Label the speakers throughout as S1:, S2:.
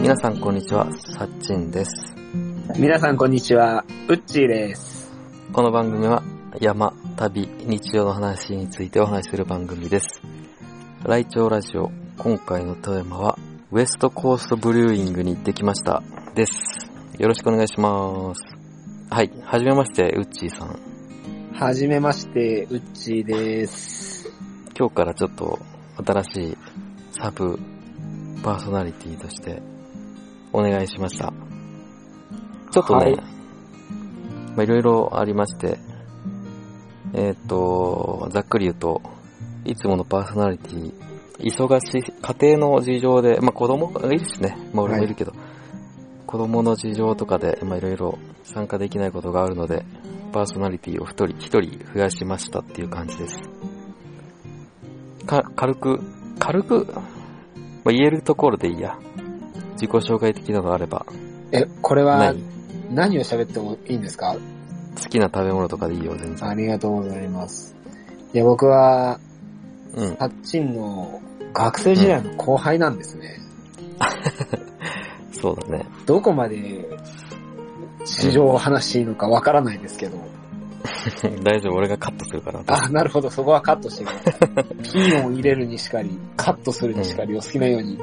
S1: 皆さんこんにちは、さっちんです。
S2: 皆さんこんにちは、うっちーです。
S1: この番組は山、旅、日常の話についてお話しする番組です。来庁ラジオ、今回のテーマは、ウエストコーストブリューイングに行ってきました。です。よろしくお願いします。はい、はじめまして、ウッチーさん。
S2: はじめまして、うっちーです。
S1: 今日からちょっと新しいサブパーソナリティとしてお願いしました。ちょっとね、
S2: はい
S1: い、まあいろいろありまして、えーっ、と、ざっくり言うと、いつものパーソナリティ、忙しい、家庭の事情で、まあ子供がいいですね。まあ俺もいるけど、子供の事情とかで、まあいろいろ参加できないことがあるので、パーソナリティを一人、一人増やしましたっていう感じです。か、軽く、軽く、まあ、言えるところでいいや。自己紹介的なのあれば、
S2: え、これ
S1: な
S2: はい何を喋ってもいいんですか
S1: 好きな食べ物とかでいいよ、全
S2: あ
S1: 然。
S2: りがとうございます。いや、僕は、
S1: うん。
S2: タッチンの学生時代の後輩なんですね。
S1: そうだね。
S2: どこまで市場を話していいのかわからないですけど。
S1: 大丈夫、俺がカットするから。
S2: あ、なるほど、そこはカットしてくださ い。ピンを入れるにしかり、カットするにしかり、お好きなように。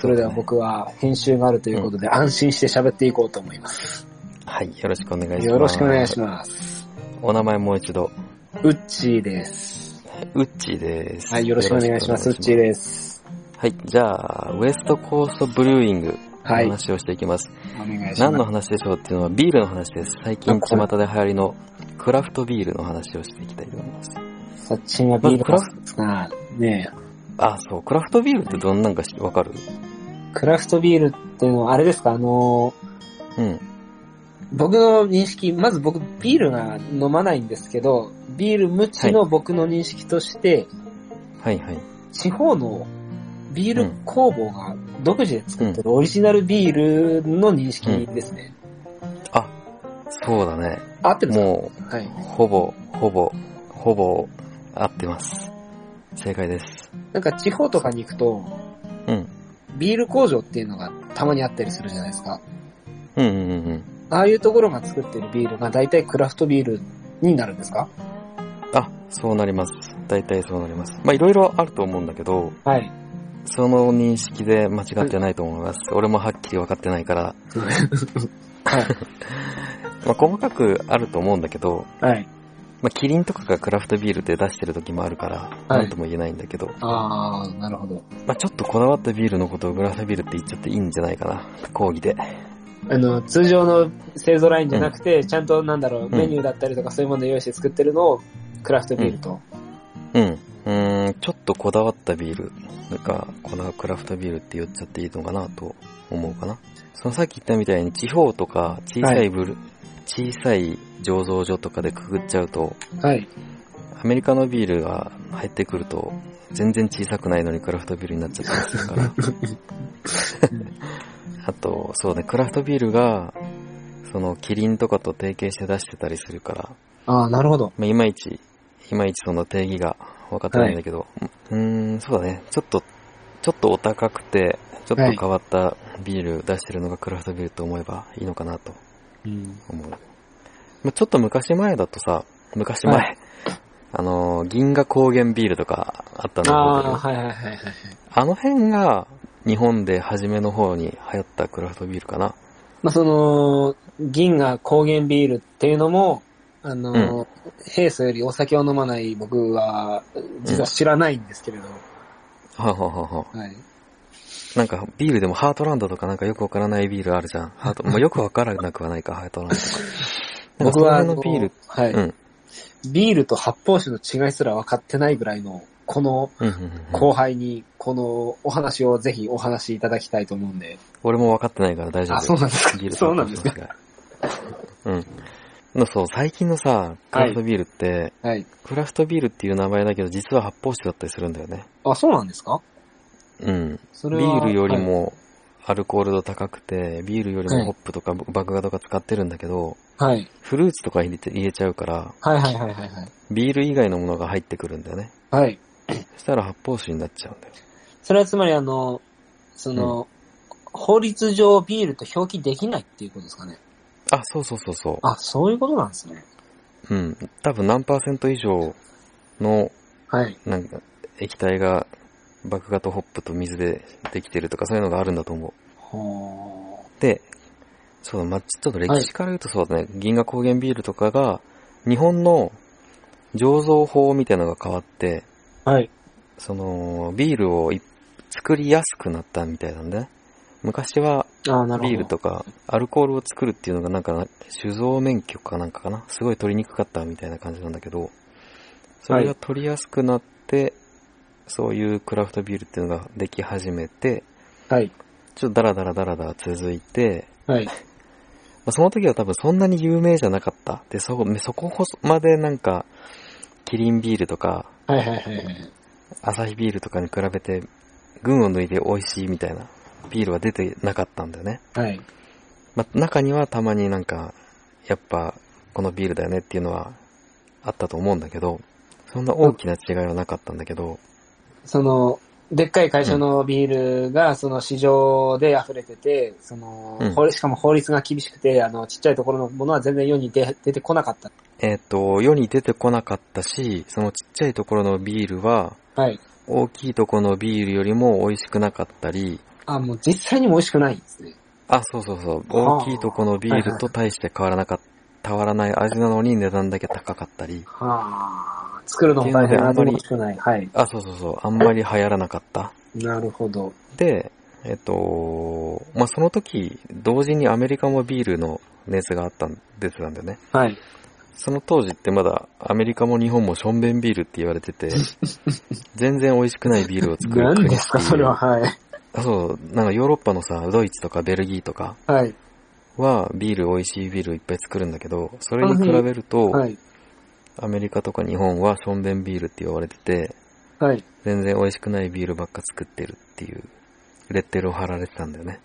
S2: それでは僕は編集があるということで、安心して喋っていこうと思います。
S1: はい、よろしくお願いします。
S2: よろしくお願いし
S1: ま
S2: ます。
S1: す。お名前もう一度、
S2: うっちーです。
S1: ウッチーです。
S2: はい、よろしくお願いします。う
S1: よろ
S2: っ
S1: くお
S2: ちー
S1: 願いし
S2: です。
S1: ますはい、じゃあ、ウエストコーストブルーイングの
S2: はい、お
S1: 話をしていきます。
S2: 願いし
S1: 何の
S2: ま
S1: 話でしょうっていうのはビールの話です。最近巷で流行りのクラフトビールの話をしていきたいと思います。
S2: す。さっちんはビール
S1: ま
S2: が
S1: ず
S2: 好きな、ねえ
S1: あ、そう、クラフトビールってどんなんか知わかる
S2: クラフトビールっていうのは、あれですか、あのー、
S1: うん。
S2: 僕の認識、まず僕、ビールが飲まないんですけど、ビール無知の僕の認識として、
S1: はいはい。
S2: 地方のビール工房が独自で作ってるオリジナルビールの認識ですね。
S1: あ、そうだね。
S2: 合ってるんです
S1: も、。
S2: かはいう
S1: ほぼ、ほぼ、ほぼ、合ってます。正解です。
S2: なんか地方とかに行くと、
S1: うん。
S2: ビール工場っていうのがたまにあったりするじゃないですか。
S1: うんうんうんうん。
S2: ああいうところが作ってるビールが大体クラフトビールになるんですか
S1: あ、そうなります。大体そうなります。まあ、いろいろあると思うんだけど、
S2: はい。
S1: その認識で間違ってないと思います。俺もはっきり分かってない から、まあ、細かくあると思うんだけど、
S2: はい。
S1: まあ、キリンとかがクラフトビールで出してる時もあるから、
S2: はい
S1: なんとも言えないんだけど、
S2: ああ、なるほど。
S1: まあ、ちょっとこだわったビールのことをグラフトビールって言っちゃっていいんじゃないかな。講義で。
S2: あの、通常の製造ラインじゃなくて、ちゃんとなんだろう、
S1: ん
S2: メニューだったりとかそういうものを用意して作ってるのをクラフトビールと。
S1: うん。うーん、ちょっとこだわったビール。なんか、このクラフトビールって言っちゃっていいのかなと思うかな。そのさっき言ったみたいに地方とか小さいブル、小さい醸造所とかでくぐっちゃうと、
S2: はい。
S1: アメリカのビールが入ってくると、全然小さくないのにクラフトビールになっちゃったりするから。あと、そうね、クラフトビールが、その、キリンとかと提携して出してたりするから、
S2: ああ、なるほど。
S1: まあ、いまいち、いまいちその定義が分かってないんだけど、うーん、そうだね。ちょっと、ちょっとお高くて、ちょっと
S2: はい
S1: 変わったビール出してるのがクラフトビールと思えばいいのかなと
S2: うん。
S1: 思う。まあ、ちょっと昔前だとさ、昔前、
S2: は
S1: あのー、銀河高原ビールとかあったの
S2: あ
S1: 覚えて
S2: あ、
S1: る
S2: はいはいはいはい。
S1: あの辺が日本で初めの方に流行ったクラフトビールかな。
S2: まあ、その、銀河高原ビールっていうのも、あの、平素よりお酒を飲まない僕は、実は知らないんですけれど、
S1: はあはあはあはあ
S2: はい。
S1: なんか、ビールでもハートランドとかなんかよくわからないビールあるじゃん。ハート、もうよくわからなくはないか、ハートランドとか。なんか
S2: 僕は、
S1: その辺のビール、
S2: あのはい、
S1: うん
S2: ビールと発泡酒の違いすら分かってないぐらいの、この
S1: うんうんうん
S2: 後輩に、このお話をぜひお話しいただきたいと思うんで。
S1: 俺もわかってないから大丈夫。
S2: あ、そうなんです
S1: ビー
S2: か。
S1: ル
S2: そうなんですか。
S1: うん。のそう、最近のさ、クラフトビールって、
S2: はい。
S1: クラフトビールっていう名前だけど、実は発泡酒だったりするんだよね。
S2: あ、そうなんですか
S1: うん。
S2: そ
S1: ビ
S2: れは。
S1: ールより
S2: はい、
S1: も、アルコール度高くて、ビールよりもホップとかバグガとか使ってるんだけど、
S2: はい。
S1: フルーツとか入れて入れちゃうから、
S2: はいはいはいはいはい。
S1: ビール以外のものが入ってくるんだよね。
S2: はい。
S1: そしたら発泡酒になっちゃうんだよ。
S2: それはつまりあの、その、法律上ビールと表記できないっていうことですかね。
S1: あ、そうそうそうそ
S2: あ、そういうことなんですね。
S1: う。うん。多分何パーセント以上の、
S2: はい。
S1: なんか、液体が、麦芽とホップと水でできてるとか、そういうのがあるんだと思
S2: ほ
S1: う。で、そうだ、まあ、ちょっと歴史から言うとそうだね、銀河高原ビールとかが、日本の醸造法みたいなのが変わって、
S2: ー。はい。
S1: その、ビールをい作りやすくなったみたいなんだね。昔は
S2: あーなるほど。
S1: ビールとかアルコールを作るっていうのがなんか酒造免許かなんかかなすごい取りにくかったみたいな感じなんだけど、それが取りやすくなって、そういうクラフトビールっていうのができ始めて、
S2: はい。
S1: ちょっとダラダラダラダラ続いて、
S2: はい。
S1: まあ、その時は多分そんなに有名じゃなかった。で、そこ、そこまでなんか、キリンビールとか、
S2: はいはいはいはい。
S1: アサヒビールとかに比べて、群を抜いて美味しいみたいなビールは出てなかったんだよね。
S2: はい。
S1: まあ、中にはたまになんか、やっぱ、このビールだよねっていうのはあったと思うんだけど、そんな大きな違いはなかったんだけど、
S2: その、でっかい会社のビールが、その市場で溢れてて、その、
S1: うん
S2: 法しかも法律が厳しくて、あの、ちっちゃいところのものは全然世に出出てこなかった。
S1: えっ、と、世に出てこなかったし、そのちっちゃいところのビールは、
S2: はい。
S1: 大きいところのビールよりも美味しくなかったり、
S2: あ、もう実際にも美味しくないんですね。
S1: あ、そうそうそう、
S2: あ
S1: 大きいところのビールと大して変わらなかった。変わらない味なのに値段だけ高かったり。
S2: はあ。作るのも大変なのに美味しくない。はい。
S1: あ、そうそうそう。あんまり流行らなかった。
S2: なるほど。
S1: で、えっと、まあ、その時、同時にアメリカもビールの熱があったん出てたんだよね。
S2: はい。
S1: その当時ってまだアメリカも日本もションベンビールって言われて て、全然美味しくないビールを作る国ってい
S2: 何
S1: う。
S2: ですか、それは。はい。
S1: あ、そう、なんかヨーロッパのさ、ドイツとかベルギーとか
S2: はい。
S1: はビール、美味しいビールいっぱい作るんだけど、それに比べると、
S2: はい。
S1: アメリカとか日本はションベンビールって言われてて、
S2: はい。
S1: 全然美味しくないビールばっか作ってるっていう、レッテルを貼られてたんだよね。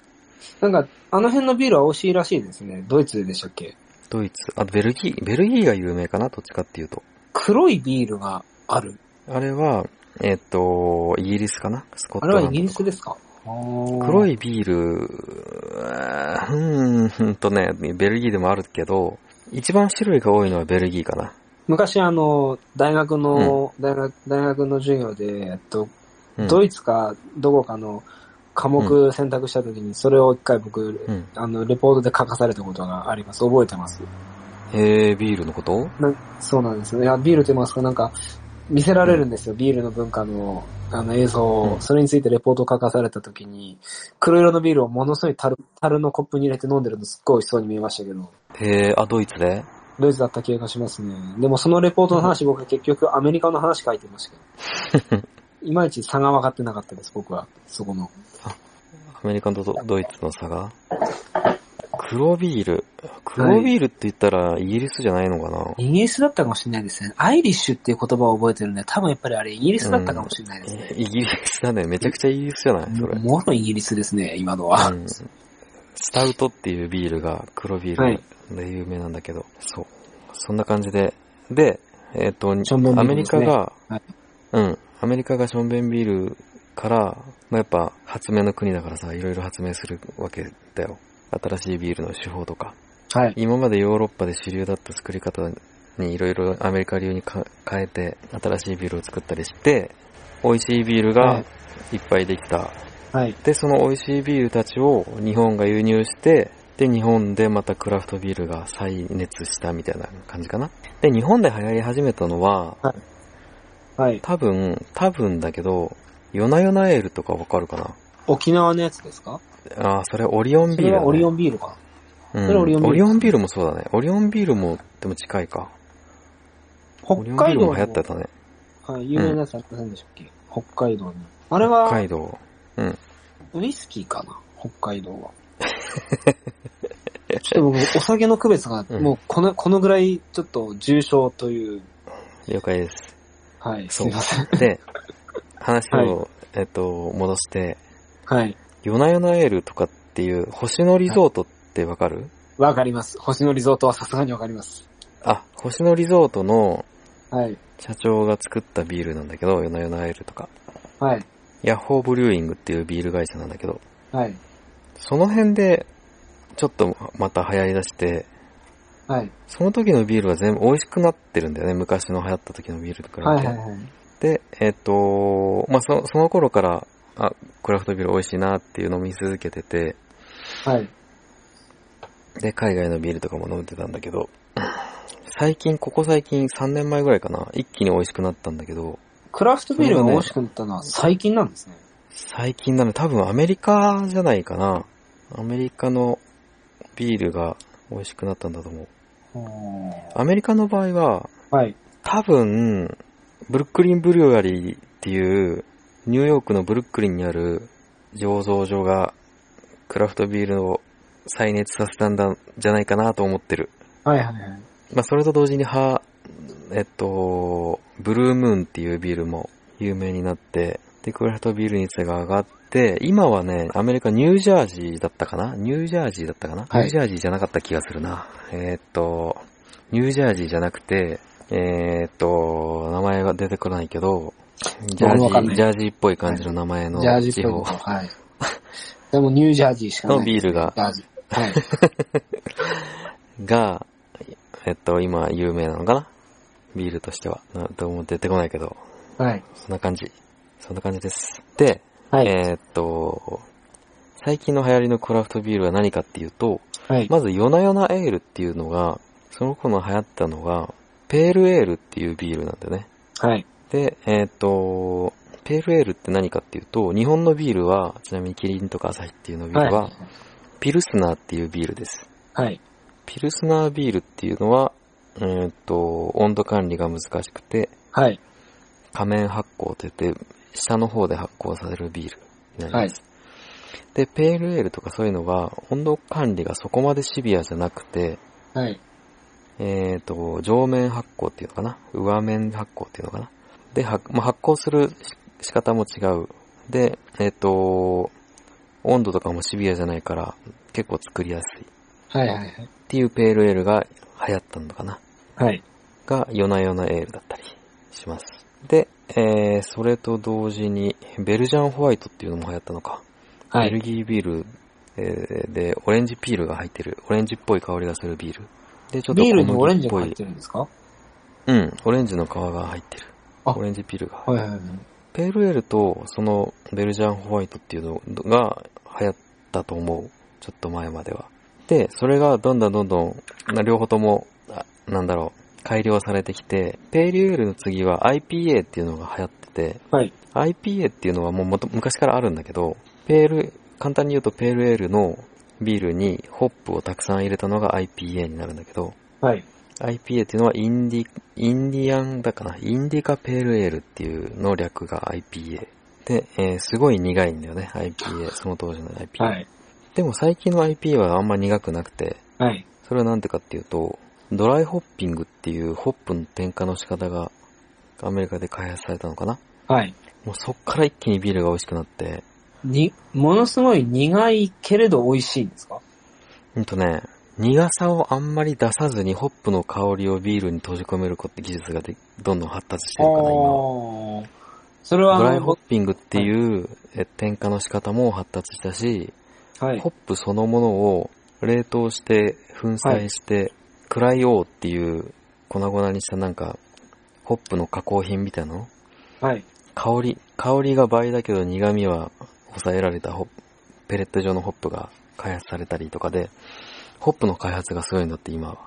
S2: なんか、あの辺のビールは美味しいらしいですね。ドイツでしたっけ
S1: ドイツ、あ、ベルギー、ベルギーが有名かなどっちかっていうと。
S2: 黒いビールがある。
S1: あれは、えっ、と、イギリスかなスコッ
S2: あ
S1: ト
S2: れ
S1: ラ
S2: は
S1: ンド。
S2: イギリスですか黒
S1: 黒。いビール、あーうーんふんとね、ベルギーでもあるけど、一番種類が多いのはベルギーかな。
S2: 昔あの、大学の、大学、大学の授業で、えっと、
S1: うん、
S2: ド
S1: イ
S2: イツかどこかの科目選択した時に、それを一回僕、
S1: うん。
S2: あの、レポートで書かされたことがあります。覚えてます。
S1: へー、ビールのこと
S2: そうなんですね。いや、ビールと言いますか、なんか、見せられるんですよ。ビールの文化の、あの、映像を。
S1: うん
S2: それについてレポートを書かされた時に、黒色のビールをものすごい樽、樽のコップに入れて飲んでるのすっごい美味しそうに見えましたけど、
S1: へー、あ、ドイツで
S2: ドイツだった気がしますね。でもそのレポートの話、僕は結局アメリカの話書いてましたけ ど。いまいち差が分かってなかったです、僕は。そこの。
S1: アメリカとドドイツの差が黒ビール。黒ビールって言ったらイギリスじゃないのかな、
S2: イギリスだったかもしれないですね。アイリッシュっていう言葉を覚えてるんで、多分やっぱりあれイギリスだったかもしれないですね。
S1: イギリスだね。めちゃくちゃイギリスじゃないそれ。
S2: もろイギリスですね、今のは。
S1: うんスタウトっていうビールが黒ビ
S2: は
S1: ー
S2: い
S1: ルで有名なんだけど、そう。そんな感じで。で、えっ、と、
S2: ションベンビ
S1: ア
S2: ール
S1: メリ
S2: です
S1: カ
S2: ね
S1: が、
S2: はい
S1: うん、アメリカがションベンビールから、まあ、やっぱ発明の国だからさ、いろいろ発明するわけだよ。新しいビールの手法とか。
S2: はい。
S1: 今までヨーロッパで主流だった作り方にいろいろアメリカ流にか変えて、新しいビールを作ったりして、美味しいビール
S2: は
S1: が
S2: い
S1: いっぱいできた
S2: はい。
S1: で、その美味しいビールたちを日本が輸入して、で、日本でまたクラフトビールが再熱したみたいな感じかな。で、日本で流行り始めたのは、
S2: はい。
S1: 多分、多分だけど、ヨナヨナエールとかわかるかな
S2: 沖縄のやつですか
S1: ああ、それオリオンビー
S2: そ
S1: ル、ね。
S2: れはオリオ
S1: ン。
S2: ンビールか。
S1: うん、
S2: それはオリオンビール
S1: オリオンビールもそうだね。オリオンビールも、でも近いか。
S2: 北
S1: オリオンビ
S2: 海
S1: ール
S2: 道
S1: も流行ってたね。
S2: はい、有名なやつありませんでしたっけ、北海道に。あれ
S1: 北
S2: は、
S1: 海道。
S2: ウイスキーかな北海道は。 ちょっと僕、お酒の区別が、
S1: うん
S2: もうこの、このぐらい、ちょっと重症という、
S1: 了解です。
S2: はい、す
S1: そう
S2: いません。
S1: で、話を、えっと、戻して、
S2: はい。
S1: ヨナヨナエールとかっていう、星野リゾートってわかる、
S2: わかります。星野リゾートはさすがにわかります。
S1: あ、星野リゾートの
S2: はい。
S1: 社長が作ったビールなんだけど、ヨナヨナエールとか。
S2: はい。
S1: ヤッホーブリューイングっていうビール会社なんだけど、
S2: はい。
S1: その辺で、ちょっとまた流行り出して、
S2: はい。
S1: その時のビールは全部美味しくなってるんだよね。昔の流行った時のビールと比べて。
S2: はいはいはい。
S1: で、えっ、と、まあ、そその頃から、あ、クラフトビール美味しいなっていう飲み続けてて、
S2: はい。
S1: で、海外のビールとかも飲んでたんだけど、最近、ここ最近3年前ぐらいかな、一気に美味しくなったんだけど、
S2: クラフトビールが美味しくなったのは最近なんですね。
S1: 最近なの、多分アメリカじゃないかな。アメリカのビールが美味しくなったんだと思う。アメリカの場合は、
S2: はい。
S1: 多分、ブルックリンブリュアリーっていう、ニューヨークのブルックリンにある醸造所が、クラフトビールを再熱させたんだ、じゃないかなと思ってる。
S2: はいはいはい。
S1: まあ、それと同時に、は、えっと、ブルームーンっていうビールも有名になって、で、クラフトビール率が上がって、今はね、アメリカニュージャージーだったかなニュージャージーだったかな、
S2: はい
S1: ニュージャージーじゃなかった気がするな。えーっと、ニュージャージーじゃなくて、えーっと、名前が出てこないけど、ジャー
S2: 僕
S1: ジ
S2: もわかんな
S1: ー、
S2: い
S1: ジャージーっぽい感じの名前の
S2: ジャージ
S1: 地
S2: っぽいこ
S1: 方
S2: と。はい。でもニュージャージーしかない。
S1: のビールが
S2: ジャージ。はい。
S1: が、えっと、今有名なのかなビールとしては。などうも出てこないけど、
S2: はい。
S1: そんな感じ。そんな感じです。で、
S2: はい。
S1: えーっと、最近の流行りのクラフトビールは何かっていうと、
S2: はい。
S1: まずヨナヨナエールっていうのが、その頃流行ったのが、ペールエールっていうビールなんだよね。
S2: はい。
S1: で、えーっと、ペールエールって何かっていうと、日本のビールは、ちなみにキリンとかアサヒっていうのビールは、
S2: はい。
S1: ピルスナーっていうビールです。
S2: はい。
S1: ピルスナービールっていうのは、えーっと、温度管理が難しくて、
S2: はい。
S1: 仮面発酵といって、下の方で発酵されるビールになります。で、ペールエールとかそういうのが、温度管理がそこまでシビアじゃなくて、
S2: はい。
S1: えっ、と、上面発酵っていうのかな上面発酵っていうのかなで、発まあ、発酵する仕方も違う。で、えっ、と、温度とかもシビアじゃないから、結構作りやすい。っ
S2: はい。はい。
S1: ていうペールエールが流行ったのかな
S2: はい。
S1: が、ヨナヨナエールだったりします。で、えー、それと同時に、ベルジャンホワイトっていうのも流行ったのか。
S2: は
S1: ベル
S2: い。
S1: ギービール、えーで、オレンジピールが入ってる。オレンジっぽい香りがするビール。で、ちょっと
S2: ビールに
S1: 小
S2: オレン
S1: 麦
S2: ジ
S1: っ
S2: が
S1: ぽ
S2: 入っ
S1: い。
S2: てるんですか
S1: うん、オレンジの皮が入ってる。
S2: あ
S1: オレンジピールが。
S2: はいはいはい。
S1: ペールエールと、その、ベルジャンホワイトっていうのが流行ったと思う。ちょっと前までは。で、それがどんどんどんどん、な両方とも、あなんだろう、改良されてきて、ペールエールの次は IPA っていうのが流行ってて、
S2: はい。
S1: IPA っていうのはもうもと昔からあるんだけど、ペール、簡単に言うとペールエールのビールにホップをたくさん入れたのが IPA になるんだけど、
S2: はい。
S1: IPA っていうのはインディ、インディアンだかな、インディカペールエールっていうの略が IPA。で、えーすごい苦いんだよね、IPA、その当時の IPA。
S2: はい。
S1: でも最近の IPA はあんま苦くなくて、
S2: はい。
S1: それはなんでかっていうと、ドライホッピングっていうホップの添加の仕方がアメリカで開発されたのかな
S2: はい。
S1: もうそっから一気にビールが美味しくなって、
S2: に、ものすごい苦いけれど美味しいんですか
S1: うんとね、苦さをあんまり出さずにホップの香りをビールに閉じ込めること技術がでどんどん発達してるから今。
S2: ーそれは
S1: ド
S2: あ
S1: ライホ
S2: の
S1: ッ、ピングっていうえ添加の仕方も発達したし、
S2: はい
S1: ホ。ップそのものを冷凍して、粉砕して、クライオーっていう粉々にしたなんか、ホップの加工品みたいなの
S2: はい。
S1: 香り、香りが倍だけど苦味は抑えられたホップペレット状のホップが開発されたりとかで、ホップの開発がすごいんだって今は。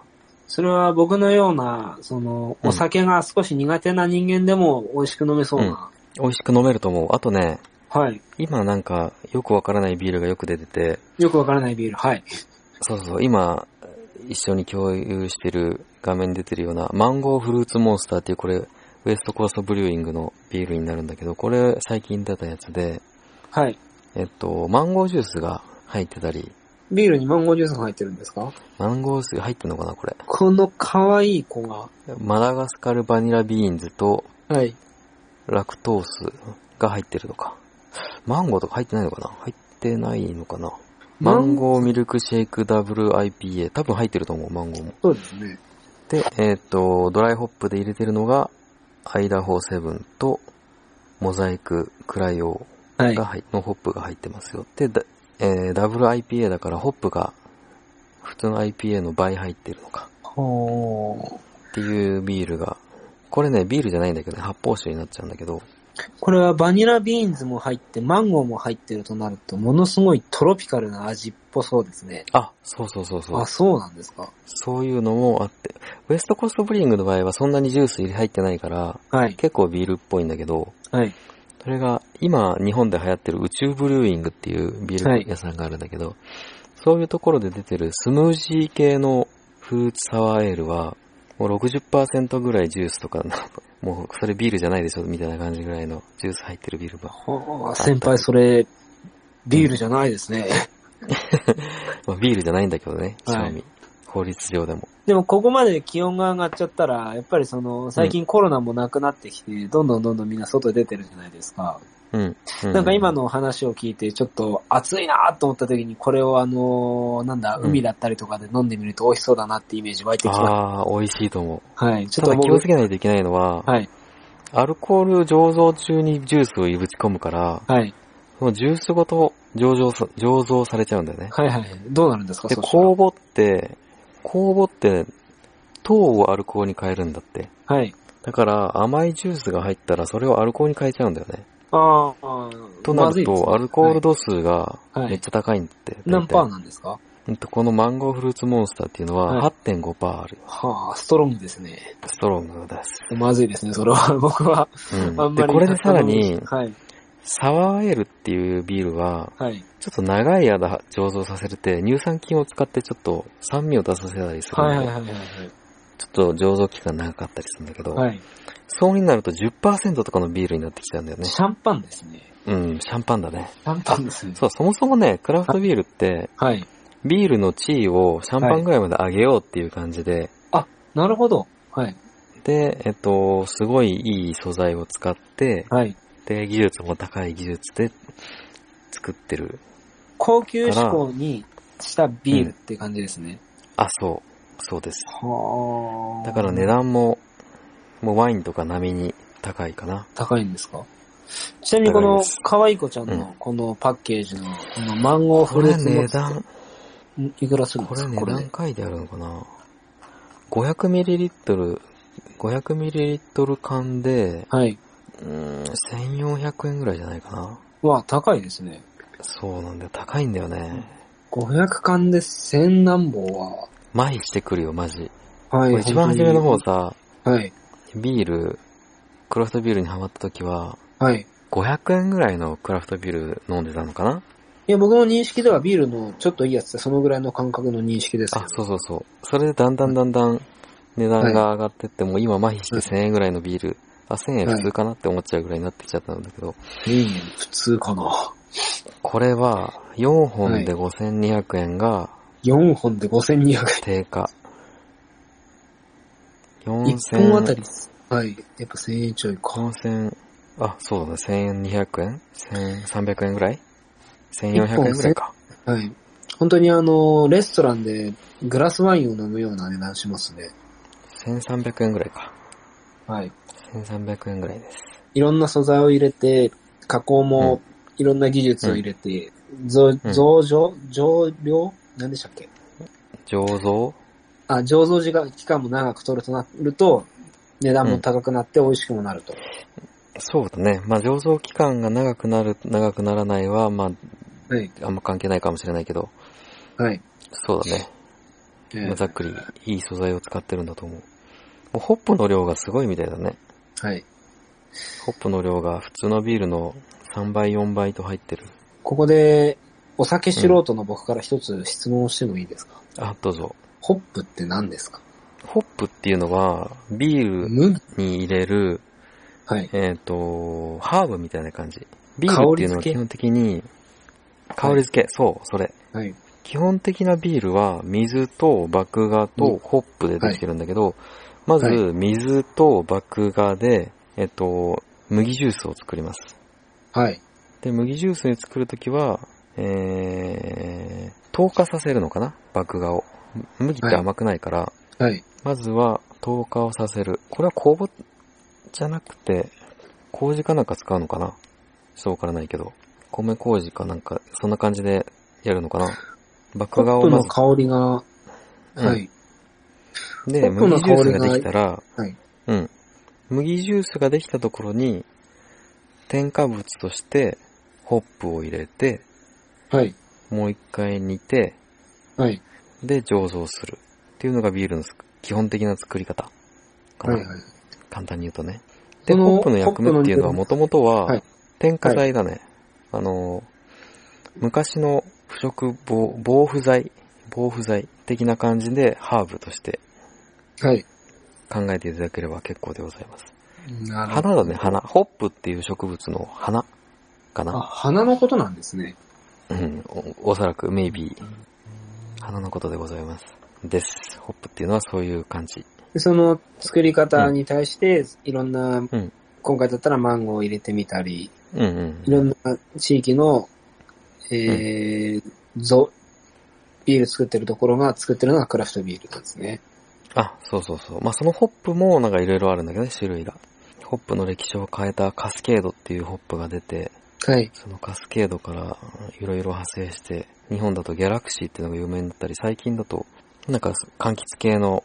S2: それは僕のような、その、
S1: うん
S2: お酒が少し苦手な人間でも美味しく飲めそうな。
S1: 美味しく飲めると思う。あとね、
S2: はい。
S1: 今なんかよくわからないビールがよく出てて、
S2: よくわからないビール。はい。
S1: そうそう、今一緒に共有してる画面に出てるようなマンゴーフルーツモンスターっていうこれ、ウエストコーストブリューイングのビールになるんだけど、これ最近出たやつで、
S2: はい。
S1: えっと、マンゴージュースが入ってたり、
S2: ビールにマンゴージュースが入ってるんですか
S1: マンゴージュース入ってんのかなこれ。
S2: この可愛い子が。
S1: マダガスカルバニラビーンズと
S2: はい。
S1: ラクトースが入ってるのか。マンゴーとか入ってないのかな入ってないのかなマンゴーミルクシェイク WIPA。多分入ってると思う、マンゴーも。
S2: そうですね。
S1: で、えっ、と、ドライホップで入れてるのが、アイダホーセブンと、モザイク、クライオ
S2: は
S1: ー
S2: い
S1: が。入っのホップが入ってますよ。で、だえー、ダブル IPA だから、ホップが、普通の IPA の倍入ってるのか。
S2: ほー
S1: っていうビールが、これね、ビールじゃないんだけどね、発泡酒になっちゃうんだけど、
S2: これはバニラビーンズも入って、マンゴーも入ってるとなると、ものすごいトロピカルな味っぽそうですね。
S1: あ、そうそうそうそう
S2: あ、。そうなんですか。
S1: そういうのもあって、ウエストコーストブリーイングの場合はそんなにジュース入ってないから、
S2: はい。
S1: 結構ビールっぽいんだけど、
S2: はい。
S1: それが今日本で流行ってる宇宙ブルーイングっていうビール屋さんがあるんだけど、そういうところで出てるスムージー系のフルーツサワーエールは、もう60%ぐらいジュースとかの、 もうそれビールじゃないでしょみたいな感じぐらいのジュース入ってるビールが。
S2: ほー先輩、それ、ビールじゃないですね。
S1: まあビールじゃないんだけどね、
S2: はい
S1: 正味。法律上でも。
S2: でも、ここまで気温が上がっちゃったら、やっぱりその、最近コロナもなくなってきて、どんどんどんどんみんな外出てるじゃないですか。
S1: うん。う
S2: なんか今、の話を聞いて、ちょっと暑いなと思った時に、これをあのーなんだ、
S1: うん
S2: 海だったりとかで飲んでみると美味しそうだなってイメージ湧いてきま
S1: ああ、美味しいと思う。
S2: す。はい。ちょ
S1: た
S2: っと
S1: だ気を
S2: 僕
S1: つけないといけないのは、
S2: はい。
S1: アルコール醸造中にジュースをぶち込むから、
S2: はい。
S1: そのジュースごと醸造さ醸造されちゃうんだよね。
S2: はいはい。どうなるんですか、
S1: で、
S2: そしたら
S1: 酵母って、酵母って糖をアルコールに変えるんだって。
S2: はい。
S1: だから甘いジュースが入ったらそれをアルコールに変えちゃうんだよね。
S2: ああ、
S1: とな
S2: まず
S1: る
S2: いですね
S1: と、アルコール度数が
S2: はい
S1: めっちゃ高いんだって。
S2: 何パー
S1: ー
S2: なんですか
S1: このマンゴーフルーツモンスターっていうの
S2: は
S1: はい8.5%ある。
S2: はあ、ストロングですね。
S1: ストロングです。
S2: まずいですね、それは。 僕は、
S1: うん
S2: あん
S1: で、
S2: まり。
S1: これでさらに、
S2: はい。
S1: サワーエールっていうビールは、
S2: はい。
S1: ちょっと長い間醸造させてて、乳酸菌を使ってちょっと酸味を出させたりするの
S2: は
S1: で、
S2: いはいはいはい
S1: ちょっと醸造期間長かったりするんだけど、
S2: はい。はい。
S1: そうになると10%とかのビールになってきちゃうんだよね。
S2: シャンパンですね。
S1: うん、シャンパンだね。
S2: シャンパンですね。
S1: そう、そもそもね、クラフトビールって、
S2: はい。
S1: ビールの地位をシャンパンぐらいまで上げようっていう感じで、
S2: なるほど。はい。
S1: で、えっと、すごいいい素材を使って、
S2: はい。
S1: で、技術も高い技術で作ってる。
S2: 高級志向にしたビールって感じですね。
S1: あ、そう、そうです。
S2: は
S1: だから値。段も、もうワインとか並みに高いかな。
S2: 高いんですかちなみにこ
S1: 高い
S2: の
S1: です、
S2: 可愛い子ちゃん
S1: う
S2: のこのパッケージの、このマンゴーフルーツ
S1: これ
S2: の
S1: 値、段、
S2: んいくらするん
S1: こ
S2: で
S1: れ
S2: すか
S1: ね、
S2: これ
S1: 何
S2: で。
S1: 回であるのかな ?500ml、500ml 缶で、
S2: はい。
S1: うーん、1400円ぐらいじゃないかな
S2: うわ、高いですね。
S1: そうなんだよ。高いんだよね。
S2: 500巻で1000何本は。
S1: 麻痺してくるよ、マジ。
S2: は
S1: 俺一番初めの方。さ、
S2: はい。
S1: ビール、クラフトビールにハマった時は、
S2: はい。
S1: 500円ぐらいのクラフトビール飲んでたのかない
S2: や、僕の認識ではビールのちょっといいやつってそのぐらいの感覚の認識ですけ
S1: あ
S2: ど。、
S1: そうそうそう。それでだんだんだんだん値段が上がってって、もう今麻痺して1000円ぐらいのビール、あ、1000円普通かなって思っちゃうぐらいになってきちゃったんだけど、
S2: 1000円普通かな。
S1: これは4本で5200円が
S2: 4本で5200円。
S1: 定価。
S2: 1本あた
S1: 4000、
S2: り、はい。やっぱ1000円ちょいか。
S1: 4000、あ、そうだね、1200円 ?1300 円ぐらい
S2: 一本
S1: ?1400 円ぐらいか。
S2: はい。本当にあの、レストランでグラスワインを飲むような値段しますね。
S1: 1300円ぐらいか。
S2: はい。
S1: 1300円ぐらいです。
S2: いろんな素材を入れて、加工もいろんな技術を入れて、増増上、増量何でしたっけ
S1: 醸造
S2: あ、醸造時間期間も長く取るとなると、値段も高くなって美味しくもなると。
S1: そうだね。まあ、醸造期間が長くなる、長くならないは、まあ、
S2: はい。
S1: あんま関係ないかもしれないけど、
S2: はい。
S1: そうだね。
S2: え
S1: まあ
S2: ー
S1: ざっくり、いい素材を使ってるんだと思う。もうホップの量がすごいみたいだね。
S2: はい。
S1: ホップの量が普通のビールの3倍、4倍と入ってる。
S2: ここで、お酒素人の僕から一つ質問をしてもいいですか、
S1: あ、どうぞ。
S2: ホップって何ですか
S1: ホップっていうのは、ビール
S2: 麦
S1: に入れる、
S2: はい。
S1: えっ、と、ハーブみたいな感じ。ビールっていうのは
S2: 香り付け
S1: 基本的に、香り付け、そう、それ。
S2: はい。
S1: 基本的なビールは水と麦芽とホップでできてるんだけど、まず
S2: は
S1: 水と麦芽で、えっと、麦ジュースを作ります。
S2: はい。
S1: で、麦ジュースに作るときは、えー、透過させるのかな麦芽を。麦って甘くないから、
S2: はい。
S1: まずは透過をさせる。これは酵母じゃなくて、麹かなんか使うのかなちょっとわからないけど。米麹かなんか、そんな感じでやるのかな麦
S2: ホ
S1: 芽
S2: ッ
S1: を
S2: プ
S1: ま
S2: の
S1: ず、
S2: 香りが、はい。ホ
S1: で、
S2: ップの
S1: 麦ジ
S2: 香り
S1: ュース
S2: が
S1: ができたら、
S2: はい
S1: うん。麦ジュースができたところに、添加物として、ホップを入れて、
S2: はい。
S1: もう一回煮て、
S2: はい。
S1: で、醸造する。っていうのがビールの基本的な作り方かな。
S2: はい。はい。
S1: 簡単に言うとね。で、
S2: その
S1: ホップの役目っていうのは
S2: ホ
S1: もともと
S2: は、
S1: はい添加剤だね。あの、昔の腐食防防腐剤、防腐剤的な感じでハーブとして
S2: はい。
S1: 考えていただければ結構でございます。
S2: なるほど。
S1: 花だね、花。ホップっていう植物の花か
S2: あ、
S1: な。
S2: 花のことなんですね。
S1: うん、おおそらく、メイビー。花のことでございます。です。ホップっていうのはそういう感じ。
S2: でその作り方に対して、いろんな、
S1: ん
S2: 今回だったらマンゴーを入れてみたり、
S1: うんうん
S2: い。ろんな地域の、えー、ぞ、ビール作ってるところが作ってるのがクラフトビールなんですね。
S1: あ、そうそうそう。まあ、そのホップもなんかいろいろあるんだけどね、種類が。ホップの歴史を変えたカスケードっていうホップが出て、
S2: はい。
S1: そのカスケードからいろいろ派生して、日本だとギャラクシーっていうのが有名になったり、最近だと、なんか柑橘系の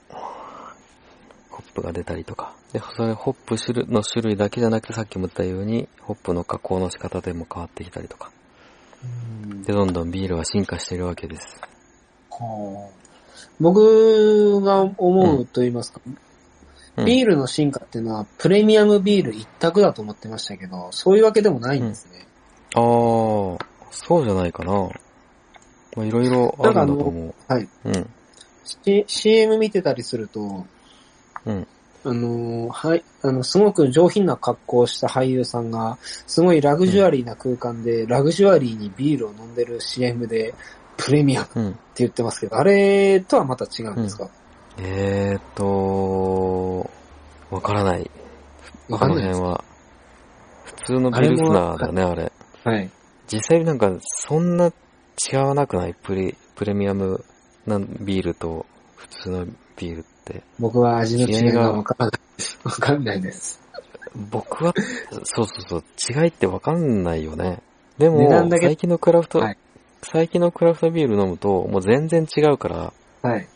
S1: ホップが出たりとか。で、それホップ種類の種類だけじゃなくて、さっきも言ったように、ホップの加工の仕方でも変わってきたりとか。で、どんどんビールは進化してるわけです。
S2: はあ僕が思うと言いますか、
S1: うん
S2: ビールの進化っていうのはプレミアムビール一択だと思ってましたけど、そういうわけでもないんですね。
S1: あー、そうじゃないかな。まあ、いろいろあるんだと思う。
S2: はい。
S1: うん。
S2: C- CM 見てたりすると、
S1: うん
S2: あのー、はい、あの、すごく上品な格好をした俳優さんが、すごいラグジュアリーな空間で、ラグジュアリーにビールを飲んでる CM で、プレミアムって
S1: うん。
S2: 言ってますけど、あれとはまた違うんですか、
S1: えーっと、わからない。
S2: わかんな
S1: こ
S2: いで
S1: の
S2: す。
S1: 辺は。普通のビルスナーだね、あれ
S2: はい。
S1: 実際なんか、そんな違わなくないプレ、プレミアムなビールと普通のビールって。
S2: 僕は味の違い
S1: 違い
S2: が
S1: が
S2: わからない。わかんないです。
S1: 僕は、そうそうそう、違いってわかんないよね。で
S2: 値
S1: も
S2: 段だ、け
S1: 最近のクラフト、
S2: はい
S1: 最近のクラフトビール飲むと、もう全然違うから、も
S2: はい。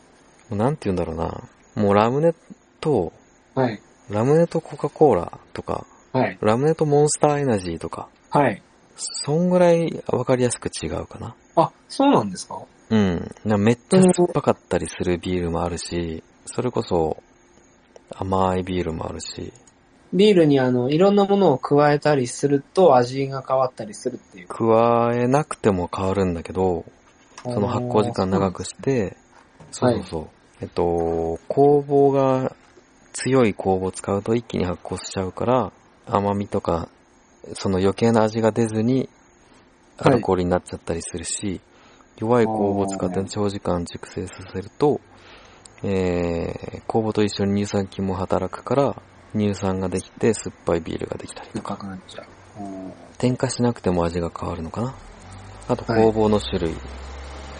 S1: うなんて言うんだろうな。もうラムネと、
S2: はい。
S1: ラムネとコカ・コーラとか、
S2: はい。
S1: ラムネとモンスターエナジーとか、
S2: はい。
S1: そんぐらいわかりやすく違うかな。
S2: あ、そうなんですか
S1: うん。なめっちゃ酸っぱかったりするビールもあるし、それこそ甘いビールもあるし、
S2: ビールにあの、いろんなものを加えたりすると味が変わったりするっていう。
S1: 加えなくても変わるんだけど、その発酵時間長
S2: く。
S1: くして、
S2: そ
S1: そうう
S2: な
S1: そ
S2: ん
S1: う
S2: で
S1: そう。えっと、酵母が強い酵母を使うと一気に発酵しちゃうから、甘みとか、その余計な味が出ずに、
S2: は
S1: ア
S2: い
S1: ルコールになっちゃったりするし、弱い酵母を使って長時間熟成させると、えー、酵母と一緒に乳酸菌も働くから、乳酸ができて酸っぱいビールができたりとか、
S2: 深くなっちゃう。うん
S1: 添加しなくても味が変わるのかな。あと
S2: はい
S1: 酵母の種類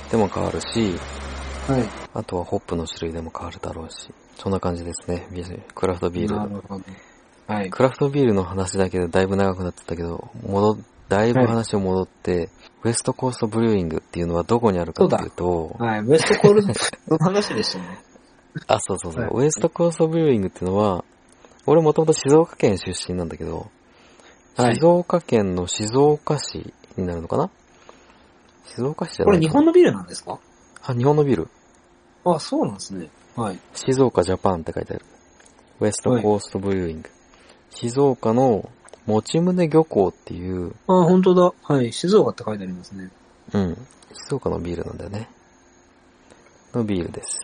S1: でも変わるし、
S2: はい。
S1: あとはホップの種類でも変わるだろうし、そんな感じですね、ビールクラフトビ
S2: な
S1: ール。
S2: るほど。はい。
S1: クラフトビールの話だけでだいぶ長くなってたけど、戻、だいぶ話を戻って、ウエストコーストブリューイングっていうのはどこにあるかっていうと、
S2: はい。ウエストコールドの話でしたね。
S1: あ、そうそうそう、
S2: はい
S1: ウエストコーストブリューイングっていうのは、俺もともと静岡県出身なんだけど、
S2: はい
S1: 静岡県の静岡市になるのかな静岡市じゃ
S2: こ
S1: な
S2: れ
S1: い
S2: 日
S1: かな
S2: 本のビールなんですか
S1: あ、日本のビール。
S2: あ、そうなんですね。はい。
S1: 静岡ジャパンって書いてある。ウエストコーストブリューイング。静岡の持ち胸漁港っていう、
S2: あ、本当だ。はい。静岡って書いてありますね。
S1: うん、静岡のビールなんだよね。のビールです。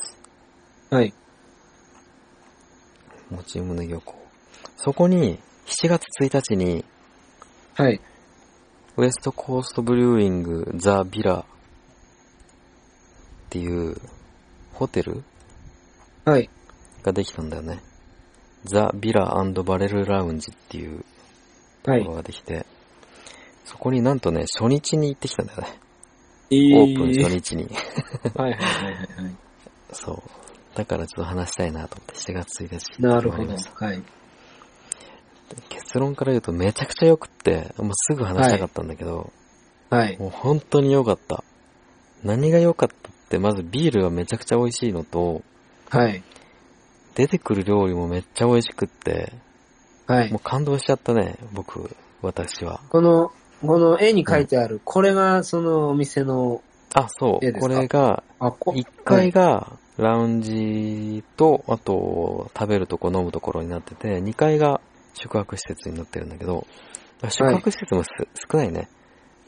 S2: はい。
S1: 持ち胸漁港。そこに、7月1日に、
S2: はい。
S1: ウエストコーストブリューイングザ・ビラっていうホテル
S2: はい。
S1: ができたんだよね。ザ・ビラバレルラウンジっていう
S2: は
S1: とこ
S2: い
S1: ろ。ができて、そこになんとね、初日に行ってきたんだよね。
S2: え
S1: オープン初日に。
S2: はいはいはいはい はい。
S1: そう。だからちょっと話したいなと思って、7月1日。
S2: なる
S1: 決ま
S2: ほ
S1: り
S2: ど
S1: ました。
S2: はい。
S1: 結論から言うとめちゃくちゃ良くって、もうすぐ話したかったんだけど、
S2: はい。
S1: もう本当に良かった。何が良かったって、まずビールがめちゃくちゃ美味しいのと、
S2: はい。
S1: 出てくる料理もめっちゃ美味しくって、
S2: は
S1: もう
S2: い。
S1: 感動しちゃったね、僕、私は。
S2: この、この絵に書いてある、これがそのお店の、
S1: あ、そ。
S2: いいうです
S1: こ
S2: か
S1: れが、
S2: あ、こ
S1: 1階がラウンジと、あと、食べるとこ飲むところになってて、2階が宿泊施設になってるんだけど、宿泊施設もす、少ないね。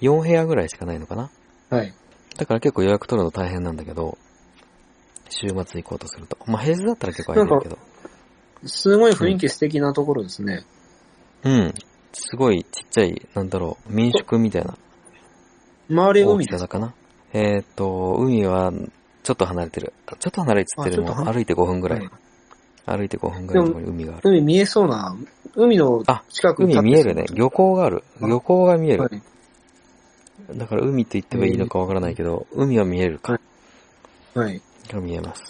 S1: 4部屋ぐらいしかないのかな。
S2: はい。
S1: だから結構予約取るの大変なんだけど、週末行こうとすると。まあ、平日だったら結構空いてるけど。
S2: すごい雰囲気素敵なところですね。
S1: うん。すごいちっちゃい、なんだろう、民宿みたいな
S2: 周り
S1: 大
S2: 海
S1: きさ
S2: です
S1: だ。かな。えっ、ー、と、海はちょっと離れてる。ちょっと離れてってで
S2: あちょ
S1: も
S2: っと離
S1: 歩いて5分ぐらい。
S2: はい
S1: 歩いて5分ぐらいのところに海がある。
S2: 海見えそうな、海の
S1: あ
S2: 近くに立
S1: 海
S2: って
S1: 見えるね。漁港がある。
S2: あ
S1: 漁港が見え
S2: は
S1: る。
S2: い。
S1: だから海と言ってはいいのかわからないけど、海は見えるか
S2: は。はい。
S1: が見えます。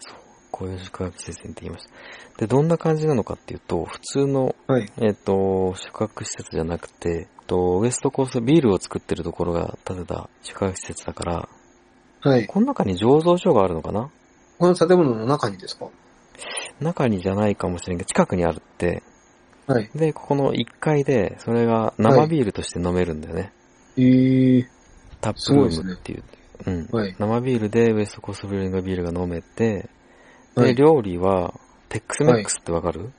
S1: そう。こういう宿泊施設に行ってきました。で、どんな感じなのかっていうと、普通の、
S2: はい。
S1: えっ、と、宿泊施設じゃなくて、えっとウエストコースビールを作ってるところが建てた宿泊施設だから、
S2: はい。
S1: この中に醸造所があるのかな
S2: この建物の中にですか
S1: 中にじゃないかもしれんけど、近くにあるって。
S2: はい。
S1: で、ここの1階で、それが生ビールとして飲めるんだよね。
S2: えー、
S1: タップルームっていう。うん。
S2: はい。
S1: 生ビールでウエストコーストブリューリングビールが飲めて、で、
S2: はい。
S1: 料理は、テックスメックスってわかる、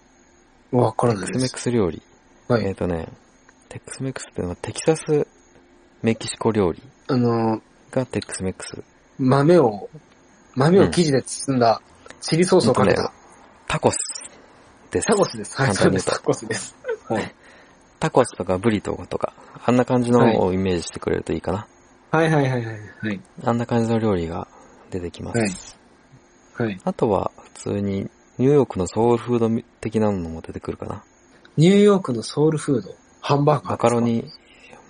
S2: わから
S1: テ
S2: な
S1: ッ
S2: い
S1: クス
S2: で
S1: メッ
S2: す。
S1: クス料理。
S2: は
S1: えっ、
S2: い。
S1: とね、テックスメックスってのはテキサスメキシコ料理
S2: あのー、
S1: がテックスメックス。
S2: 豆を、豆を生地で包んだ、チリソースをかけ
S1: うん
S2: た、
S1: タコスです。
S2: タコスです。はい、
S1: 簡
S2: そ
S1: 単
S2: うで
S1: に言う
S2: す。
S1: と
S2: タコスです。はい。
S1: タコスとかブリトーとか、あんな感じのをイメージしてくれるといいかな。
S2: はいはいはいはい。はい。
S1: あんな感じの料理が出てきます。
S2: はいはい。
S1: あとは、普通に、ニューヨークのソウルフード的なのも出てくるかな。
S2: ニューヨークのソウルフード、ハンバーガーですか。
S1: マカロニ、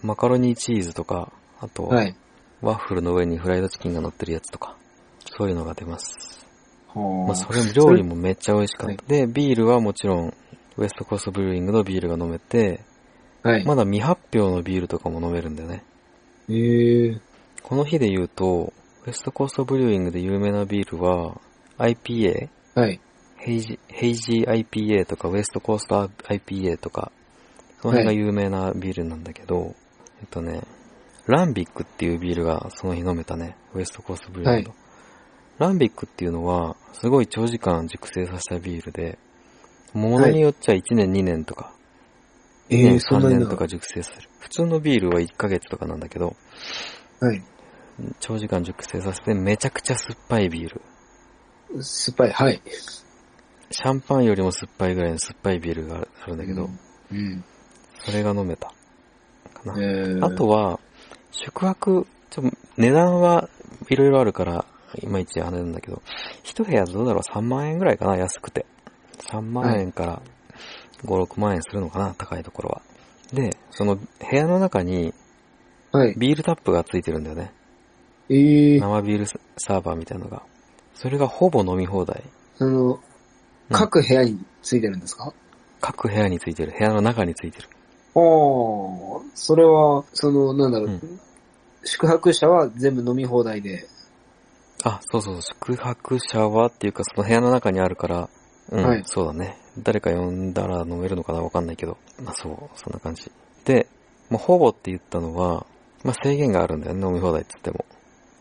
S1: マカロニチーズとか、あと、
S2: はい。
S1: ワッフルの上にフライドチキンが乗ってるやつとか、そういうのが出ます。
S2: ほ
S1: ま
S2: ー
S1: あ、それ料理もめっちゃ美味しかっ
S2: は
S1: た。で、ビールはもちろん、ウエストコーストブルーイングのビールが飲めて、
S2: はい。
S1: まだ未発表のビールとかも飲めるんだよね。
S2: えー、
S1: この日で言うと、ウエストコーストブリューイングで有名なビールは、IPA?
S2: はい。
S1: ヘイジ、ヘイジー IPA とか、ウエストコースター IPA とか、その辺が有名なビールなんだけど、えっとね、ランビックっていうビールがその日飲めたね、ウエストコースブリューランド。ランビックっていうのは、すごい長時間熟成させたビールで、ものによっちゃ1年2年とか、
S2: え
S1: 2年
S2: ー、そん
S1: 3
S2: なに
S1: 年
S2: な
S1: とか熟成する。普通のビールは1ヶ月とかなんだけど、
S2: はい。
S1: 長時間熟成させてめちゃくちゃ酸っぱいビール。
S2: 酸っぱい、はい。
S1: シャンパンよりも酸っぱいぐらいの酸っぱいビールがあるあるんだけど、
S2: うん。
S1: それが飲めた。か
S2: え
S1: な。
S2: ー、
S1: あとは、宿泊、ちょ、値段はいろいろあるから、いまいちあれなんだけど、一部屋どうだろう ?3 万円ぐらいかな安くて。3万円から5、6万円するのかな高いところは。で、その部屋の中に
S2: はい。
S1: ビールタップがついてるんだよね。
S2: えー、
S1: 生ビールサーバーみたいなのが。それがほぼ飲み放題。
S2: その、各部屋についてるんですか
S1: 各部屋についてる。部屋の中についてる。
S2: ああ、それは、その、なんだろう、
S1: うん
S2: 宿泊者は全部飲み放題で、
S1: あ、そうそう、宿泊者はっていうか、その部屋の中にあるから、うん、
S2: はい
S1: そうだね。誰か呼んだら飲めるのかなわかんないけど。まあそう、そんな感じ。で、まあほぼって言ったのは、まあ制限があるんだよね、飲み放題って言っても。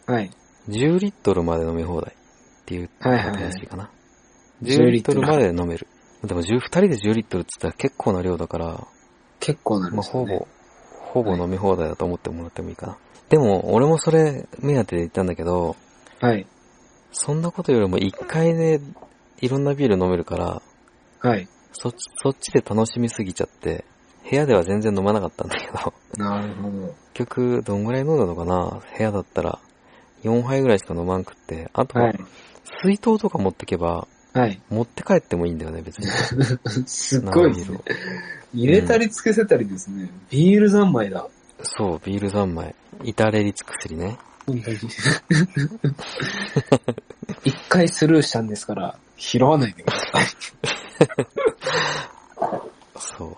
S2: はい。
S1: 10リットルまで飲み放題っていう
S2: はいはいは
S1: 正
S2: い
S1: しいかな。
S2: 10
S1: 10
S2: リ
S1: リ
S2: ッ
S1: ッ
S2: ト
S1: ト
S2: ル
S1: ルまで飲める。でも10、2人で10リットルって言ったら結構な量だから、
S2: 結構なるん
S1: まあ
S2: です
S1: ほ
S2: よね。
S1: ぼ、ほぼ飲み放題だと思ってもらってもいいかな。でも、俺もそれ目当てで行ったんだけど、
S2: はい。
S1: そんなことよりも1回でいろんなビール飲めるから、
S2: はい。
S1: そっち、そっちで楽しみすぎちゃって、部屋では全然飲まなかったんだけど、
S2: なるほど。
S1: 結局どんぐらい飲んだのかな部屋だったら4杯ぐらいしか飲まんくって、あと
S2: は。
S1: はい水筒とか持ってけば、
S2: はい。
S1: 持って帰ってもいいんだよね、別に。
S2: すっごいですね。入れたりつけせたりですね。ビール三昧だ。
S1: そう、ビール三昧。至れり尽くすりね。
S2: 本 当に一回スルーしたんですから、拾わないでください。
S1: そう。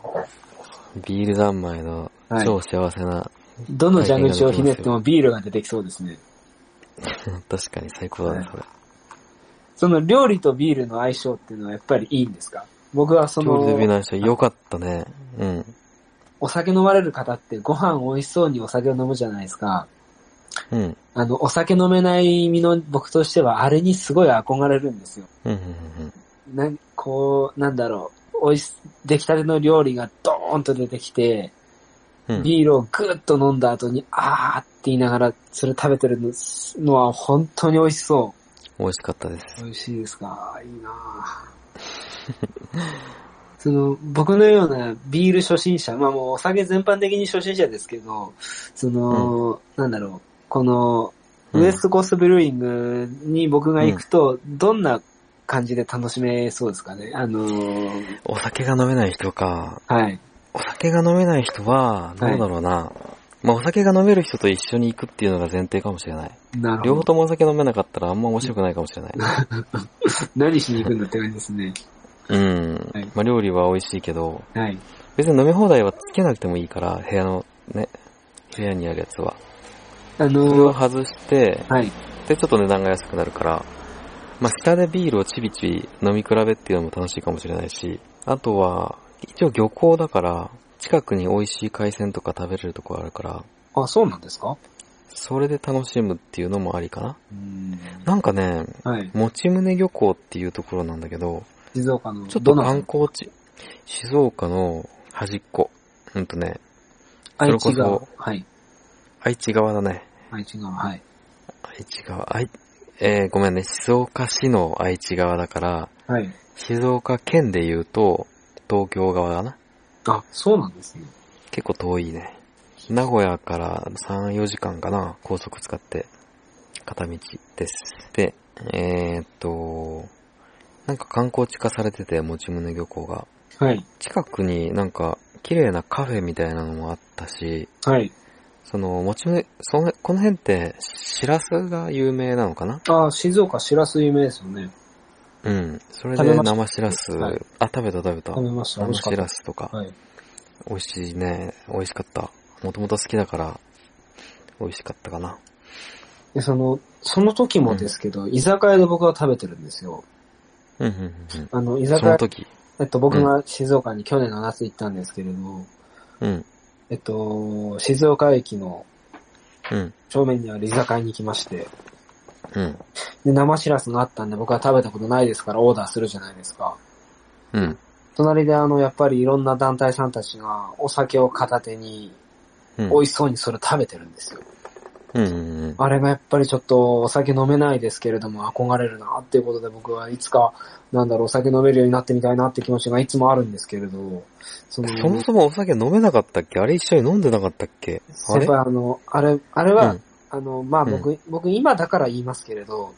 S1: ビール三昧の
S2: はい
S1: 超幸せな、
S2: どの蛇口をひねってもビールが出てきそうですね。
S1: 確かに最高だね、それ。
S2: その料理とビールの相性っていうのはやっぱりいいんですか僕はそ
S1: 調理ビール
S2: の、
S1: の人良かったね。うん。
S2: お酒飲まれる方ってご飯美味しそうにお酒を飲むじゃないですか。
S1: うん。うん
S2: あの、お酒飲めない身の僕としてはあれにすごい憧れるんですよ。
S1: うんうん
S2: な、こう、なんだろう。美味し、出来たての料理がドーンと出てきて、
S1: うん。うん。
S2: ビールをぐーっと飲んだ後に、あーって言いながら、それ食べてるのは本当に美味しそ
S1: 美味しかったです。
S2: う。美味しいですかいいな ぁその、僕のようなビール初心者、まあもうお酒全般的に初心者ですけど、その、なんだろう、この、
S1: うん
S2: ウエストコーストブルーイングに僕が行くと、どんな感じで楽しめそうですかねあのー
S1: お酒が飲めない人か。
S2: はい。
S1: お酒が飲めない人は、どうだろうな。まあ、お酒が飲める人と一緒に行くっていうのが前提かもしれない。
S2: なる
S1: 両
S2: ほ
S1: 方
S2: ど。
S1: ともお酒飲めなかったらあんま面白くないかもしれない。
S2: 何しに行くんだって感じですね。
S1: うん
S2: はい。
S1: まあ、料理は美味しいけど、
S2: はい。
S1: 別に飲み放題はつけなくてもいいから、部屋のね、部屋にあるやつは。
S2: あ
S1: それを
S2: のー
S1: 外して、
S2: はい。
S1: で、ちょっと値段が安くなるから、まあ、下でビールをちびちび飲み比べっていうのも楽しいかもしれないし、あとは、一応漁港だから、近くに美味しい海鮮とか食べれるとこあるから、
S2: あ、そうなんですか
S1: それで楽しむっていうのもありかな。
S2: うん。
S1: なんかね、
S2: はい。
S1: 持ち胸漁港っていうところなんだけど、
S2: 静岡の、
S1: ちょっ
S2: ど
S1: と
S2: の
S1: 観光地、静岡の端っこ。ほんとね、そ
S2: 愛
S1: れこそ
S2: 知側。はい。
S1: 愛知側だね。
S2: 愛知側、はい。
S1: 愛知側、愛、えー、ごめんね、静岡市の愛知側だから、
S2: はい。
S1: 静岡県で言うと、東京側だな。
S2: あ、そうなんですね。
S1: 結構遠いね。名古屋から3、4時間かな、高速使って、片道です。で、えー、っと、なんか観光地化されてて、持ち胸漁港が。
S2: はい。
S1: 近くになんか、綺麗なカフェみたいなのもあったし、
S2: はい。
S1: その、持ち胸、その、この辺って、シラスが有名なのかな
S2: あ、静岡、しらす有名ですよね。
S1: うん。それ
S2: 食
S1: で
S2: べました
S1: 生しらす、
S2: はい
S1: あ、食べた食べた。
S2: 食べました。美
S1: 生
S2: 味しか
S1: し
S2: っ
S1: らすとか
S2: た。、はい。
S1: 美味しいね。美味しかった。もともと好きだから、美味しかったかな。
S2: で、その、その時もですけど、居酒屋で僕は食べてるんですよ。
S1: うん、うん、うん。
S2: あの、居
S1: そ
S2: 酒
S1: の
S2: 屋、
S1: 時。
S2: えっと、僕が静岡に去年の夏行ったんですけれど、
S1: うん、
S2: えっと、静岡駅の
S1: うん、
S2: 正面にある居酒屋に行きまして、
S1: うん、
S2: で、生しらすがあったんで僕は食べたことないですからオーダーするじゃないですか。
S1: うん、
S2: 隣であの、やっぱりいろんな団体さんたちがお酒を片手に、
S1: うん。
S2: 美味しそうにそれ食べてるんですよ。
S1: うん、うん、うん。
S2: あれがやっぱりちょっとお酒飲めないですけれども憧れるなっていうことで僕はいつか、なんだろう、お酒飲めるようになってみたいなって気持ちがいつもあるんですけれど、その、
S1: そもそもお酒飲めなかったっけあれ一緒に飲んでなかったっけあれ
S2: 先輩あの、あれ、あれは、あの、まあ
S1: うん
S2: 僕、僕今だから言いますけれど、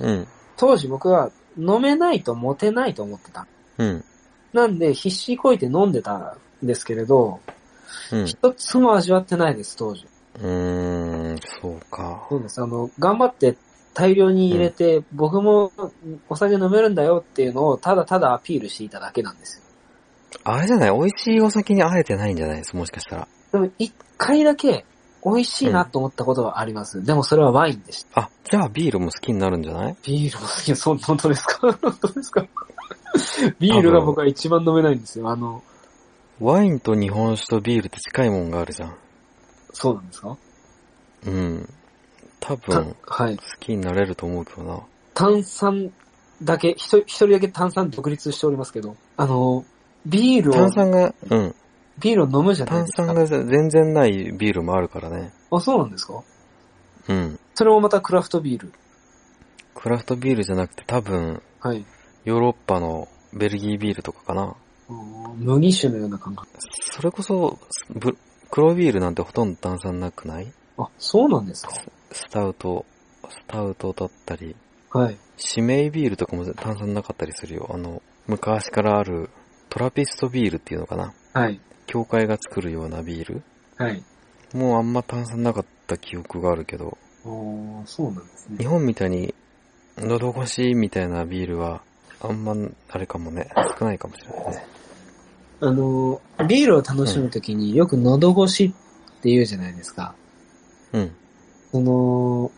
S1: うん、うん、
S2: 当時僕は飲めないとモテないと思ってた。
S1: うん、
S2: なんで必死こいて飲んでたんですけれど、
S1: うん。
S2: 一つも味わってないです、当時。
S1: うーん、そうか。
S2: そうです。あの、頑張って大量に入れて、僕もお酒飲めるんだよっていうのをただただアピールしていただけなんですよ。
S1: あれじゃない美味しいお酒に会えてないんじゃないですもしかしたら。
S2: でも一回だけ美味しいなと思ったことはあります。でもそれはワインでした。
S1: あ、じゃあビールも好きになるんじゃない
S2: ビールも好き。そう、本当ですか本当ですかビールが僕は一番飲めないんですよ。あの、
S1: ワインと日本酒とビールって近いもんがあるじゃん。
S2: そうなんですか、
S1: うん。多分、
S2: たはい。
S1: 好きになれると思うけどな。
S2: 炭酸だけ、一人一人だけ炭酸独立しておりますけど、あの、ビールを
S1: 炭、酸が、うん。
S2: ビールを飲むじゃない
S1: 炭
S2: ですか。
S1: 酸が全然ないビールもあるからね。
S2: あ、そうなんですか
S1: うん。
S2: それもまたクラフトビール。
S1: クラフトビールじゃなくて多分、
S2: はい。
S1: ヨーロッパのベルギービールとかかな。
S2: 麦酒のような感覚。
S1: それこそ、ブ黒ビールなんてほとんど炭酸なくない
S2: あ、そうなんですか
S1: スタウト、スタウトだったり、
S2: はい。
S1: シメイビールとかも炭酸なかったりするよ。あの、昔からあるトラピストビールっていうのかな。
S2: はい。
S1: 教会が作るようなビール
S2: はい。
S1: もうあんま炭酸なかった記憶があるけど、
S2: ああ、そうなんです
S1: 日
S2: ね。
S1: 本みたいに、喉越しみたいなビールは、あんま、あれかもね、少ないかもしれないね。
S2: あの、ビールを楽しむときによく喉越しって言うじゃないですか。
S1: うん。
S2: その、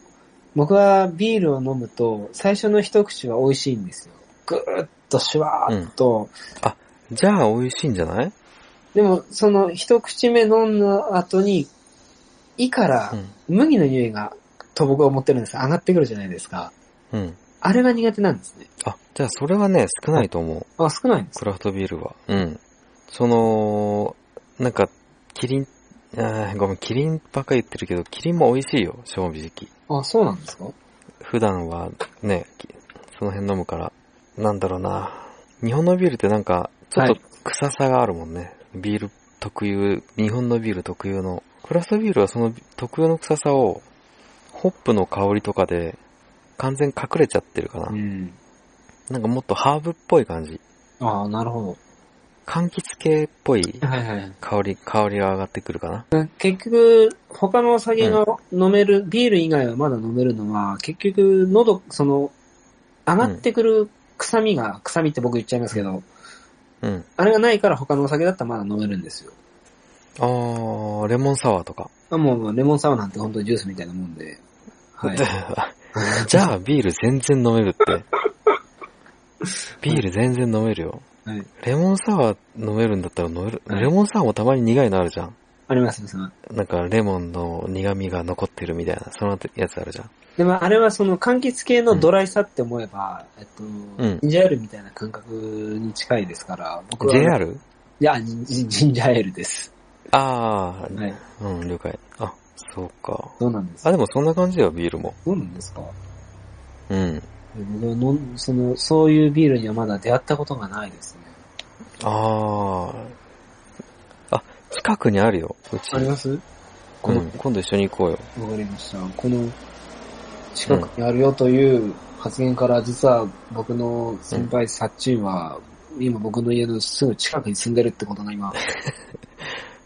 S2: 僕はビールを飲むと、最初の一口は美味しいんですよ。ぐーっとシュワーっと。
S1: じゃあ、美味しいんじゃない
S2: でも、その一口目飲んだ後に、胃から
S1: うん。
S2: 麦の匂いが、と僕は思ってるんです上がってくるじゃないですか。
S1: うん。
S2: あれが苦手なんですね。
S1: あ、じゃあ、それはね、少ないと思う。
S2: あ、少ないんです
S1: クラフトビールは。うん。その、なんか、キリン、あーごめん、キリンばっかり言ってるけど、キリンも美味しいよ、正直。
S2: あ、そうなんですか
S1: 普段はね、きその辺飲むから、なんだろうな。日本のビールってなんか、ちょっと
S2: はい
S1: 臭さがあるもんね。ビール特有、日本のビール特有の。クラフトビールはその特有の臭さを、ホップの香りとかで、完全に隠れちゃってるかな。
S2: ん。
S1: なんかもっとハーブっぽい感じ。
S2: ああ、なるほ
S1: 柑橘系っぽい
S2: ど。はいはい。
S1: 香り、香りが上がってくるかな。
S2: 結局、他のお酒が飲める、ビール以外はまだ飲めるのは、結局、喉、その、上がってくる臭みが、臭みって僕言っちゃいますけど、
S1: うん。
S2: あれがないから他のお酒だったらまだ飲めるんですよ。
S1: あー、レモンサワーとか。
S2: あもうもう、レモンサワーなんて本当にジュースみたいなもんで。はい。
S1: じゃあ、ビール全然飲めるって。ビール全然飲めるよ。
S2: はい
S1: レモンサワー飲めるんだったら飲める。
S2: はい
S1: レモンサワーもたまに苦いのあるじゃん。
S2: ありますね、その
S1: なんか、レモンの苦味が残ってるみたいな、そのやつあるじゃん。
S2: でもあれはその柑橘系のドライさって思えば、えっと、
S1: ん
S2: ジンジャーエールみたいな感覚に近いですから、僕は。
S1: JR?
S2: いや、ジンジンジンジャーエールです。
S1: あー、
S2: はい。
S1: うん、了解。あ、そうか。
S2: どうなんです
S1: あ、
S2: か
S1: でもそんな感じよ、ビールも。
S2: どうなんですか
S1: うん。
S2: 僕はのその、そういうビールにはまだ出会ったことがないですね。
S1: あー。あ、近くにあるよ、うち。
S2: ますわ
S1: う
S2: この、わ
S1: ん、今度一緒に行こうよ。
S2: かりました。この、近くにあるよという発言から、実は僕の先輩、サッチンは、今僕の家のすぐ近くに住んでるってことが今、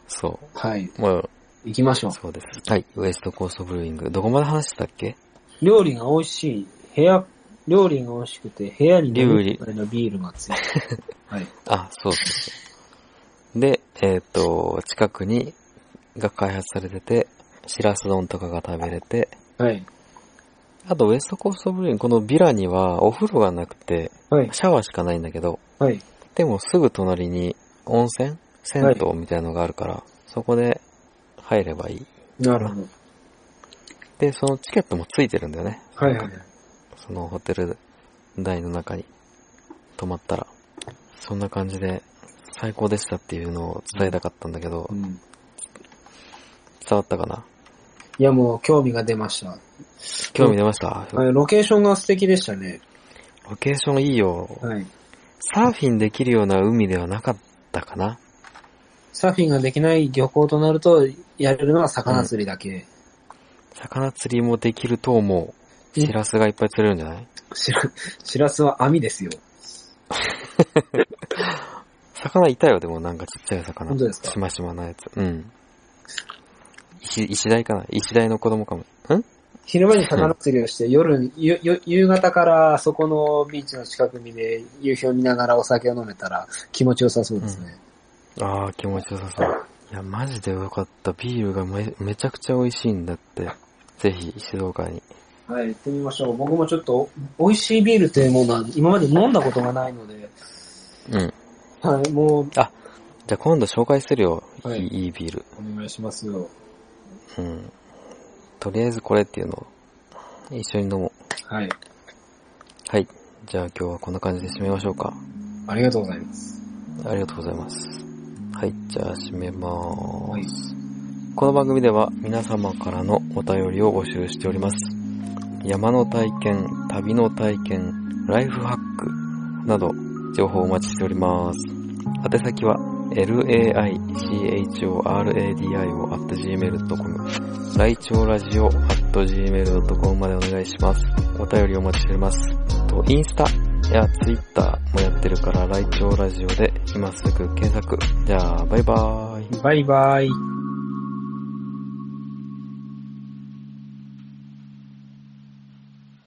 S1: そ
S2: はい、
S1: う。もう、
S2: 行きましょう。
S1: そうです。はい。ウエストコーストブルーイング。どこまで話してたっけ
S2: 料理が美味しい、部屋、料理が美味しくて、部屋に飲
S1: 料
S2: む
S1: 理
S2: くらいのビールがついてる。はい。
S1: あ、そうそうそう。で、えっ、と、近くに、が開発されてて、シラス丼とかが食べれて、
S2: はい。
S1: あとウエストコーストブルーイング、このビラにはお風呂がなくて、
S2: はい。
S1: シャワーしかないんだけど、
S2: はい。
S1: でもすぐ隣に温泉銭湯みたいのがあるから、そこで入ればいい。
S2: なるほど。
S1: で、そのチケットもついてるんだよね。
S2: はいはい。
S1: そのホテル台の中に泊まったら、そんな感じで最高でしたっていうのを伝えたかったんだけど
S2: う、ん。
S1: 伝わったかない
S2: やもう興味が出ました。
S1: 興味出ました、
S2: はい、ロケーションが素敵でしたね。
S1: ロケーションいいよ。
S2: はい。
S1: サーフィンできるような海ではなかったかな
S2: サーフィンができない漁港となると、やれるのは魚釣りだけ。
S1: 魚釣りもできると思う。
S2: え
S1: シラスがいっぱい釣れるんじゃない
S2: しら、しらすは網ですよ。
S1: 魚いたよ、でもなんかちっちゃい魚。
S2: 本当ですか
S1: しましまなやつ。うん。石、石台かな石台の子供かも。ん
S2: 昼間に魚釣りをして、夜に、ゆ、ゆ、夕方からそこのビーチの近くにで夕日を見ながらお酒を飲めたら気持ちよさそうですね。
S1: あー、気持ちよさそう。いや、マジでよかった。ビールがめ、めちゃくちゃ美味しいんだって。ぜひ、静岡に。
S2: はい、行ってみましょう。僕もちょっと、美味しいビールというものは今まで飲んだことがないので、
S1: うん。
S2: はい、もう、
S1: じゃあ今度紹介するよ。
S2: はいい
S1: い、いいビール。
S2: お願いしますよ。
S1: うん。とりあえずこれっていうのを、一緒に飲もう。
S2: はい、
S1: はい。じゃあ今日はこんな感じで締めましょうか。
S2: ありがとうございます。
S1: ありがとうございます。はい。じゃあ締めま
S2: はい
S1: ーす。この番組では皆様からのお便りを募集しております。山の体験、旅の体験、ライフハックなど情報をお待ちしております。宛先は laichoradio.gmail.com ライチョウラジオ .gmail.com までお願いします。お便りお待ちしております。と、インスタやツイッターもやってるから、ライチョウラジオで今すぐ検索。じゃあ、バイバーイ。
S2: バイバイ。